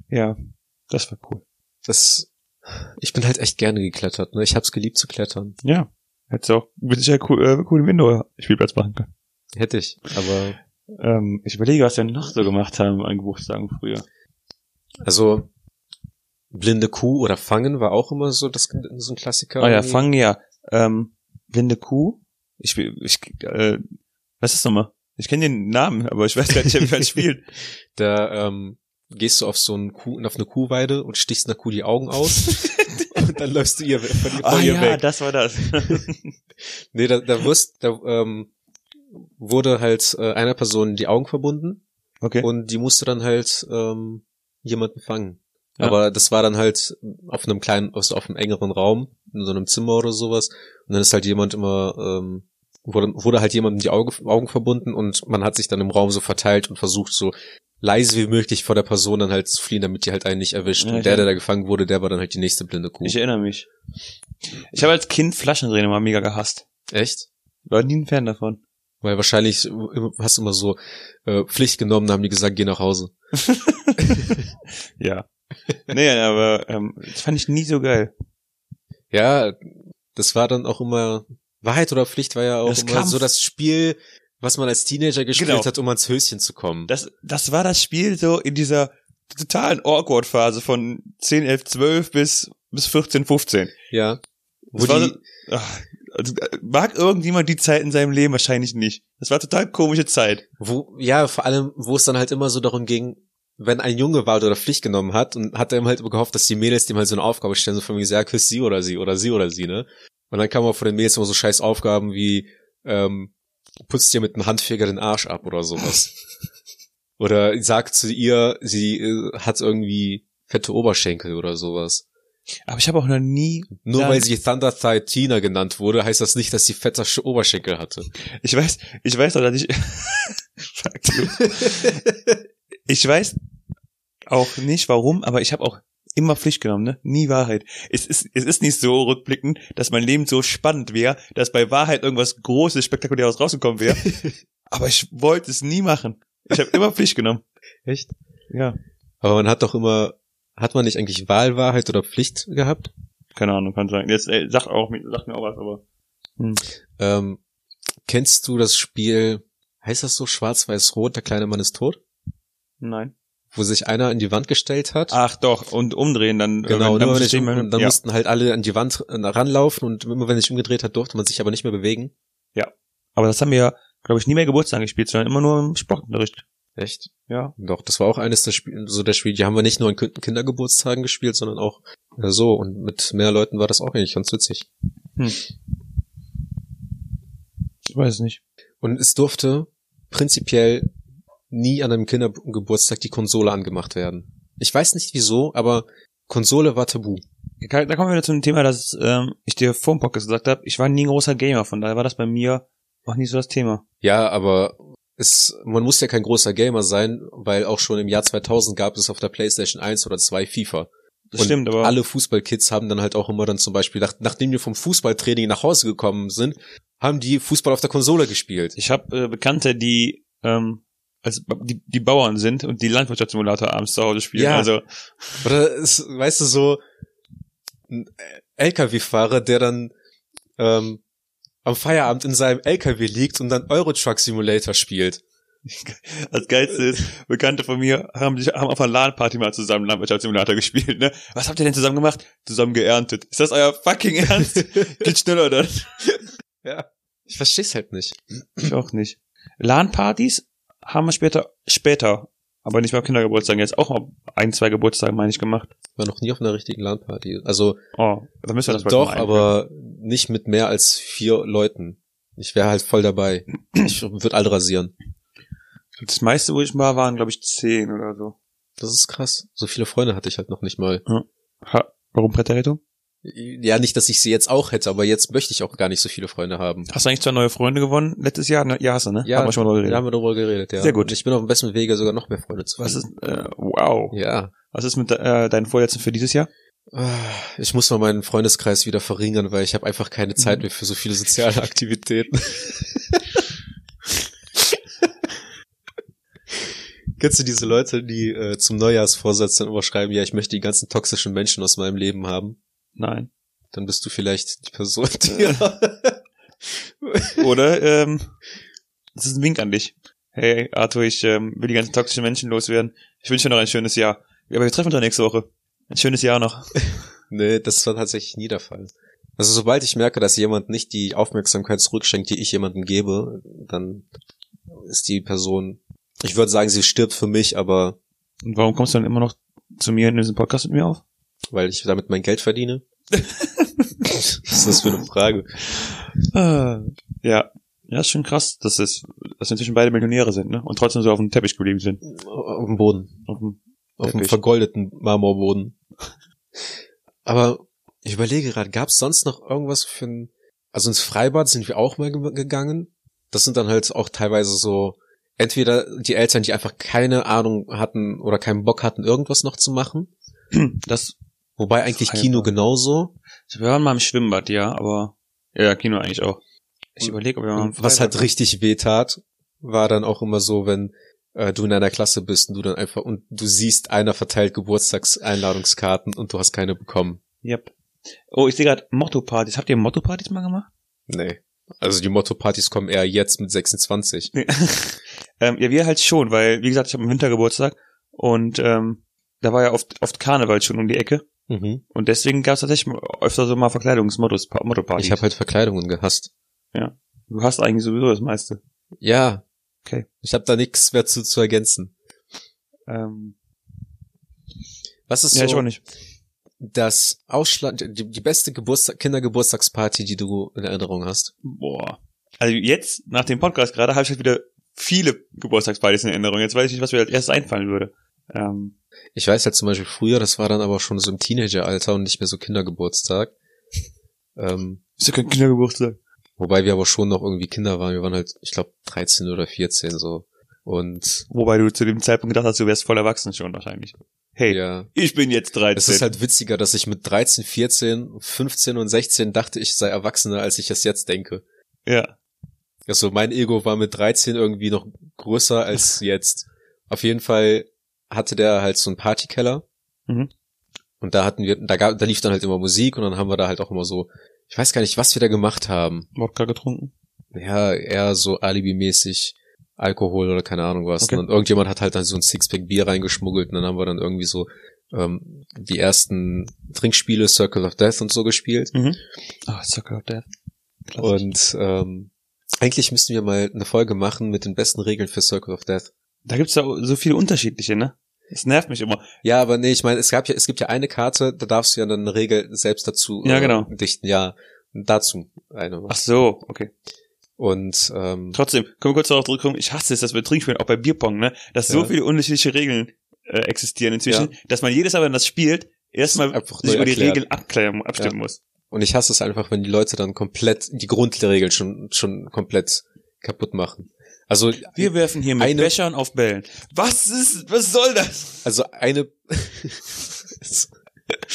S4: Ja, das war cool.
S2: das ich bin halt echt gerne geklettert, ne? Ich hab's geliebt zu klettern.
S4: Ja, hättest du auch wirklich ja cool, äh, cool im Indoor-Spielplatz machen können.
S2: Hätte ich, aber
S4: Ähm, ich überlege, was wir noch so gemacht haben an Geburtstagen früher.
S2: Also blinde Kuh oder Fangen war auch immer so das so ein Klassiker.
S4: Ah ja,
S2: irgendwie.
S4: fangen ja. Ähm, blinde Kuh. Ich, will- ich, äh, was ist das nochmal? Ich kenne den Namen, aber ich weiß gar nicht, wie man spielt.
S2: Da ähm, gehst du auf so einen Kuh, auf eine Kuhweide und stichst einer Kuh die Augen aus und dann läufst du ihr we- von
S4: Oh,
S2: ihr, von ihr weg.
S4: Ah, das war das.
S2: Nee, da, da wirst, da ähm, wurde halt äh, einer Person die Augen verbunden
S4: okay.
S2: und die musste dann halt ähm, jemanden fangen.
S4: Ja.
S2: Aber das war dann halt auf einem kleinen, also auf einem engeren Raum, in so einem Zimmer oder sowas. Und dann ist halt jemand immer, ähm, wurde, wurde halt jemandem die Auge, Augen verbunden und man hat sich dann im Raum so verteilt und versucht so leise wie möglich vor der Person dann halt zu fliehen, damit die halt einen nicht erwischt.
S4: Ja,
S2: und der,
S4: klar.
S2: der da gefangen wurde, der war dann halt die nächste blinde Kuh.
S4: Ich erinnere mich. Ich habe als Kind Flaschendrehen immer mega gehasst.
S2: Echt?
S4: War nie ein Fan davon.
S2: Weil wahrscheinlich äh, hast du immer so äh, Pflicht genommen, da haben die gesagt, geh nach Hause.
S4: Ja. nee, aber ähm, das fand ich nie so geil.
S2: Ja, das war dann auch immer Wahrheit oder Pflicht war ja auch
S4: Das
S2: immer
S4: Kampf-
S2: so das Spiel, was man als Teenager gespielt
S4: Genau.
S2: hat, um ans Höschen zu kommen.
S4: Das, das war das Spiel so in dieser totalen Awkward-Phase von 10, 11, 12 bis, bis 14, 15.
S2: ja. Wo
S4: Das war,
S2: die,
S4: so- ach, also, äh, mag irgendjemand die Zeit in seinem Leben wahrscheinlich nicht. Das war total komische Zeit.
S2: wo, ja, vor allem, wo es dann halt immer so darum ging, wenn ein Junge war oder Pflicht genommen hat und hat er ihm halt immer gehofft, dass die Mädels dem halt so eine Aufgabe stellen, so von wegen, so, ja, küss sie oder sie oder sie oder sie, ne? Und dann kam auch von den Mädels immer so scheiß Aufgaben wie, ähm, putzt dir mit einem Handfeger den Arsch ab oder sowas. oder sagt zu ihr, sie äh, hat irgendwie fette Oberschenkel oder sowas.
S4: Aber ich habe auch noch nie,
S2: Nur
S4: Ja.
S2: weil sie Thunder Thigh Tina genannt wurde, heißt das nicht, dass sie fette Sch- Oberschenkel hatte.
S4: ich weiß, ich weiß auch, dass ich, Fuck you. ich weiß auch nicht warum, aber ich habe auch immer Pflicht genommen, ne? Nie Wahrheit. Es ist, es ist nicht so rückblickend, dass mein Leben so spannend wäre, dass bei Wahrheit irgendwas Großes, Spektakuläres rausgekommen wäre. aber ich wollte es nie machen. Ich habe immer Pflicht genommen.
S2: Echt?
S4: Ja.
S2: Aber man hat doch immer, hat man nicht eigentlich Wahlwahrheit oder Pflicht gehabt?
S4: Keine Ahnung, kann sein. Jetzt ey, sagt auch, sagt mir auch was, aber.
S2: Ähm, kennst du das Spiel, heißt das so Schwarz-Weiß-Rot, der kleine Mann ist tot?
S4: Nein.
S2: Wo sich einer in die Wand gestellt hat?
S4: Ach doch, und umdrehen dann.
S2: genau,
S4: äh, dann
S2: nur
S4: muss
S2: Ah, äh, wenn
S4: ich
S2: ich um,
S4: stehen
S2: und
S4: bleiben.
S2: dann
S4: ja.
S2: mussten halt alle an die Wand äh, ranlaufen und immer wenn sich umgedreht hat, durfte man sich aber nicht mehr bewegen.
S4: Aber das haben wir ja, glaube ich, nie mehr Geburtstag gespielt, sondern immer nur im Sportunterricht.
S2: Echt?
S4: Ja.
S2: Doch, das war auch eines der Spiele, so der Spiele, die haben wir nicht nur an Kin- Kindergeburtstagen gespielt, sondern auch äh, so und mit mehr Leuten war das auch eigentlich ganz witzig.
S4: Ich weiß es nicht.
S2: Und es durfte prinzipiell nie an einem Kindergeburtstag die Konsole angemacht werden. Ich weiß nicht wieso, aber Konsole war tabu.
S4: Da kommen wir wieder zu einem Thema, das ähm, ich dir vor dem Podcast gesagt habe. Ich war nie ein großer Gamer, von daher war das bei mir auch nie so das Thema.
S2: Ja, aber es, man muss ja kein großer Gamer sein, weil auch schon im Jahr 2000 gab es auf der PlayStation 1 oder 2 FIFA.
S4: Das
S2: Und
S4: stimmt, aber
S2: Alle Fußballkids haben dann halt auch immer dann zum Beispiel, nach, nachdem wir vom Fußballtraining nach Hause gekommen sind, haben die Fußball auf der Konsole gespielt.
S4: ich habe äh, Bekannte, die ähm, also die, die Bauern sind und die Landwirtschaftssimulator abends zu Hause spielen.
S2: Ja.
S4: Also
S2: Oder es, weißt du, so ein LKW-Fahrer, der dann ähm, am Feierabend in seinem LKW liegt und dann Euro Truck Simulator spielt.
S4: Das Geilste ist, Bekannte von mir haben, sich, haben auf einer LAN-Party mal zusammen Landwirtschaftssimulator gespielt, ne? Was habt ihr denn zusammen gemacht? Zusammen geerntet. Ist das euer fucking Ernst? Geht schneller dann.
S2: Ich versteh's halt nicht.
S4: Ich auch nicht. LAN-Partys haben wir später, später, aber nicht mehr am Kindergeburtstag, jetzt auch mal ein, zwei Geburtstage, meine ich, gemacht.
S2: War noch nie auf einer richtigen LAN-Party. Also
S4: Oh, da müssen wir das bald
S2: Doch,
S4: mal
S2: aber
S4: genau.
S2: nicht mit mehr als vier Leuten. Ich wäre halt voll dabei. Ich würde alle rasieren.
S4: einführen. Das meiste, wo ich war, waren, glaube ich, zehn oder so.
S2: Das ist krass. So viele Freunde hatte ich halt noch nicht mal.
S4: Ha, warum Präteritum?
S2: Ja, nicht, dass ich sie jetzt auch hätte, aber jetzt möchte ich auch gar nicht so viele Freunde haben.
S4: Hast du eigentlich zwei neue Freunde gewonnen? Letztes Jahr, ne? Ja, hast du, ne?
S2: Ja,
S4: Haben wir schon mal darüber
S2: Da
S4: geredet.
S2: haben wir darüber geredet, ja.
S4: Sehr gut.
S2: Und ich bin auf dem besten Wege, sogar noch mehr Freunde zu
S4: Was
S2: finden.
S4: ist, äh, wow.
S2: Ja.
S4: Was ist mit äh, deinen Vorsätzen für dieses Jahr?
S2: Ah, Ich muss mal meinen Freundeskreis wieder verringern, weil ich habe einfach keine Zeit mehr für so viele soziale Aktivitäten. Kennst du diese Leute, die äh, zum Neujahrsvorsatz dann immer schreiben, ja, ich möchte die ganzen toxischen Menschen aus meinem Leben haben?
S4: Nein.
S2: Dann bist du vielleicht die Person, die...
S4: Oder ähm, das ist ein Wink an dich. Hey Arthur, ich ähm, will die ganzen toxischen Menschen loswerden. Ich wünsche dir noch ein schönes Jahr. Ja, aber wir treffen uns doch nächste Woche. Ein schönes Jahr noch.
S2: nee, das war tatsächlich nie der Fall. Also sobald ich merke, dass jemand nicht die Aufmerksamkeit zurückschenkt, die ich jemandem gebe, dann ist die Person... Ich würde sagen, sie stirbt für mich, aber
S4: Und warum kommst du dann immer noch zu mir in diesem Podcast mit mir auf?
S2: weil ich damit mein Geld verdiene? Was ist das für eine Frage?
S4: Äh, ja. Ja, ist schon krass, dass, es, dass wir inzwischen beide Millionäre sind, ne? Und trotzdem so auf dem Teppich geblieben sind.
S2: Auf dem Boden.
S4: Auf dem,
S2: Auf dem
S4: Teppich.
S2: vergoldeten Marmorboden. Aber ich überlege gerade, gab es sonst noch irgendwas für ein... Also ins Freibad sind wir auch mal ge- gegangen. Das sind dann halt auch teilweise so entweder die Eltern, die einfach keine Ahnung hatten oder keinen Bock hatten, irgendwas noch zu machen.
S4: Das,
S2: Wobei eigentlich
S4: Freibar.
S2: Kino genauso.
S4: wir waren mal im Schwimmbad, ja, aber, ja, Kino eigentlich auch. Ich überlege, ob wir mal am
S2: Was
S4: Freibad-
S2: halt richtig weh tat, war dann auch immer so, wenn äh, du in einer Klasse bist und du dann einfach und du siehst, einer verteilt Geburtstagseinladungskarten und du hast keine bekommen.
S4: Yep. Oh, ich sehe gerade Motto-Partys. Habt ihr Motto-Partys mal gemacht?
S2: Nee. Also die Motto-Partys kommen eher jetzt mit 26.
S4: Ähm, ja, wir halt schon, weil, wie gesagt, ich habe einen Wintergeburtstag und ähm, da war ja oft, oft Karneval schon um die Ecke.
S2: Mhm.
S4: Und deswegen gab es tatsächlich öfter so mal Verkleidungsmotto-Partys.
S2: Ich habe halt Verkleidungen gehasst.
S4: du hast eigentlich sowieso das meiste.
S2: Ja.
S4: Okay.
S2: Ich habe da nichts mehr zu, zu ergänzen.
S4: Ähm,
S2: Was ist
S4: Ja, ich
S2: so
S4: auch nicht.
S2: das Ausschlag, die, die beste Geburtstag, Kindergeburtstagsparty, die du in Erinnerung hast?
S4: Boah. Also jetzt, nach dem Podcast gerade, habe ich halt wieder viele Geburtstagspartys in Erinnerung. Jetzt weiß ich nicht, was mir als erstes einfallen würde. Ähm,
S2: Ich weiß halt zum Beispiel früher, das war dann aber schon so im Teenageralter und nicht mehr so Kindergeburtstag. ähm,
S4: ist ja kein Kindergeburtstag.
S2: wobei wir aber schon noch irgendwie Kinder waren. Wir waren halt, ich glaube, 13 oder 14 so. Und
S4: Wobei du zu dem Zeitpunkt gedacht hast, du wärst voll erwachsen schon wahrscheinlich. Hey,
S2: ja,
S4: ich bin jetzt 13.
S2: es ist halt witziger, dass ich mit 13, 14, 15 und 16 dachte, ich sei erwachsener, als ich es jetzt denke.
S4: ja.
S2: Also mein Ego war mit 13 irgendwie noch größer als jetzt. Auf jeden Fall hatte der halt so einen Partykeller.
S4: Mhm.
S2: Und da hatten wir, da gab, da lief dann halt immer Musik und dann haben wir da halt auch immer so, ich weiß gar nicht, was wir da gemacht haben.
S4: Wodka getrunken.
S2: Ja, eher so alibimäßig Alkohol oder keine Ahnung was.
S4: Okay.
S2: Und dann irgendjemand hat halt dann so ein Sixpack Bier reingeschmuggelt und dann haben wir dann irgendwie so ähm, die ersten Trinkspiele, Circle of Death und so gespielt.
S4: Ah, Sucker of Death. Und
S2: Und ähm, eigentlich müssten wir mal eine Folge machen mit den besten Regeln für Circle of Death.
S4: da gibt's ja so viele unterschiedliche, ne? Das nervt mich immer.
S2: Ja, aber nee, ich meine, es gab ja, es gibt ja eine Karte, da darfst du ja dann eine Regel selbst dazu äh,
S4: Ja, genau.
S2: dichten. Ja, dazu eine.
S4: Ach so, okay.
S2: Und ähm,
S4: Trotzdem, können wir kurz darauf zurückkommen, ich hasse es, dass wir Trinkspielen, auch bei Bierpong, ne? Dass so
S2: Ja.
S4: viele unterschiedliche Regeln äh, existieren inzwischen, dass man jedes Mal, wenn das spielt, erstmal
S2: Einfach
S4: sich
S2: neu
S4: über die
S2: erklärt.
S4: Regeln abklären, abstimmen
S2: Ja.
S4: muss.
S2: und ich hasse es einfach, wenn die Leute dann komplett die Grundregeln schon schon komplett kaputt machen. Also
S4: Wir werfen hier mit
S2: Eine-
S4: Bechern auf Bällen. Was ist, was soll das?
S2: also eine.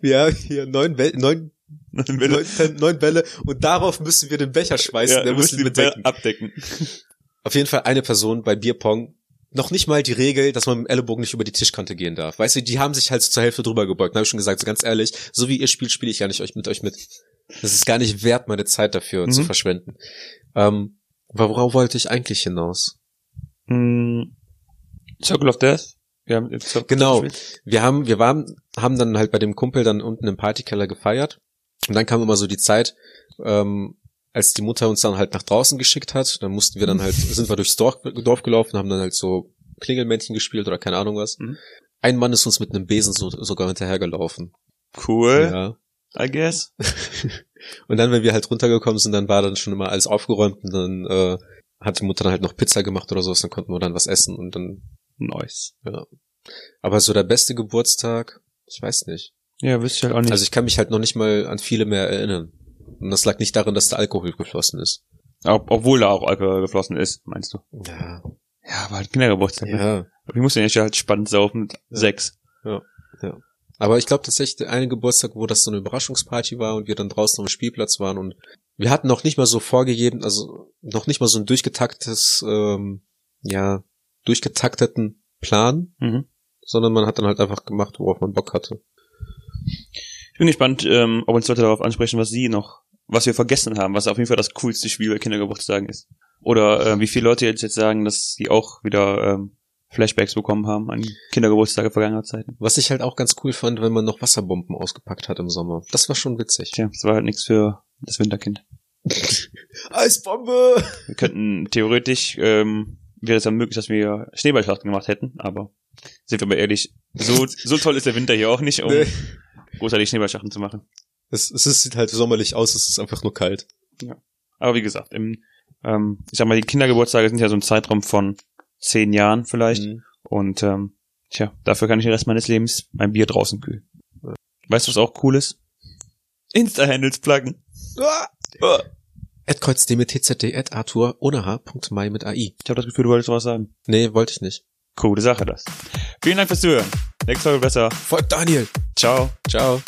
S2: wir haben hier neun, Bälle, neun, neun, neun Bälle und darauf müssen wir den Becher schmeißen. der
S4: du
S2: muss
S4: musst
S2: ihn
S4: die
S2: bedecken.
S4: Bälle abdecken.
S2: Auf jeden Fall eine Person bei Bierpong. Noch nicht mal die Regel, dass man mit dem Ellenbogen nicht über die Tischkante gehen darf. Weißt du, die haben sich halt zur Hälfte drüber gebeugt. Da habe ich schon gesagt, so ganz ehrlich, so wie ihr spielt, spiele ich gar nicht euch mit euch mit. Das ist gar nicht wert, meine Zeit dafür
S4: Mhm.
S2: zu verschwenden. Ähm, aber worauf wollte ich eigentlich hinaus?
S4: Mm, Circle of Death. Wir haben jetzt Circle
S2: Genau.
S4: gespielt.
S2: Wir haben, wir waren, haben dann halt bei dem Kumpel dann unten im Partykeller gefeiert. Und dann kam immer so die Zeit, ähm, als die Mutter uns dann halt nach draußen geschickt hat, dann mussten wir dann halt, sind wir durchs Dorf, Dorf gelaufen, haben dann halt so Klingelmännchen gespielt oder keine Ahnung was.
S4: Mhm.
S2: Ein Mann ist uns mit einem Besen so, sogar hinterhergelaufen.
S4: Cool,
S2: Ja.
S4: I guess.
S2: Und dann, wenn wir halt runtergekommen sind, dann war dann schon immer alles aufgeräumt und dann äh, hat die Mutter dann halt noch Pizza gemacht oder sowas, dann konnten wir dann was essen und dann,
S4: Nice.
S2: aber so der beste Geburtstag, ich weiß nicht.
S4: Ja, wüsste ich halt auch nicht.
S2: Also ich kann mich halt noch nicht mal an viele mehr erinnern. Und das lag nicht darin, dass da Alkohol geflossen ist.
S4: Ob, obwohl da auch Alkohol geflossen ist, meinst du?
S2: Ja.
S4: Ja, aber halt Kindergeburtstag. ne?
S2: ja.
S4: Ich muss den ja halt spannend saufen mit sechs.
S2: Aber ich glaube tatsächlich, der eine Geburtstag, wo das so eine Überraschungsparty war und wir dann draußen am Spielplatz waren und wir hatten noch nicht mal so vorgegeben, also noch nicht mal so ein durchgetaktetes, ähm, ja, durchgetakteten Plan,
S4: Mhm.
S2: sondern man hat dann halt einfach gemacht, worauf man Bock hatte.
S4: Ich bin gespannt, ähm, ob uns Leute darauf ansprechen, was sie noch, was wir vergessen haben, was auf jeden Fall das coolste Spiel bei Kindergeburtstagen ist. Oder äh, wie viele Leute jetzt, jetzt sagen, dass sie auch wieder ähm, Flashbacks bekommen haben an Kindergeburtstage vergangener Zeiten.
S2: Was ich halt auch ganz cool fand, wenn man noch Wasserbomben ausgepackt hat im Sommer. Das war schon witzig.
S4: Tja, das war halt nichts für das Winterkind.
S2: Eisbombe!
S4: Wir könnten theoretisch, ähm, wäre es dann möglich, dass wir Schneeballschlachten gemacht hätten, aber sind wir mal ehrlich, so, so toll ist der Winter hier auch nicht, um
S2: Nee.
S4: großartig Schneeballschlachten zu machen.
S2: Es, es ist- sieht halt sommerlich aus, es ist einfach nur kalt.
S4: Aber wie gesagt, im, ähm, ich sag mal, die Kindergeburtstage sind ja so ein Zeitraum von zehn Jahren vielleicht.
S2: Mhm.
S4: Und ähm, tja, dafür kann ich den Rest meines Lebens mein Bier draußen kühlen. Weißt du, was auch cool ist? Insta-Handles pluggen. Ah.
S2: Adkreuzd mit TZD, at Arthur, ohne H, Punkt Mai mit AI.
S4: Ich habe das Gefühl, du wolltest was sagen.
S2: Nee, wollte ich nicht.
S4: Coole Sache das. Vielen Dank fürs Zuhören. Nächste Folge besser.
S2: Folgt Daniel.
S4: Ciao.
S2: Ciao.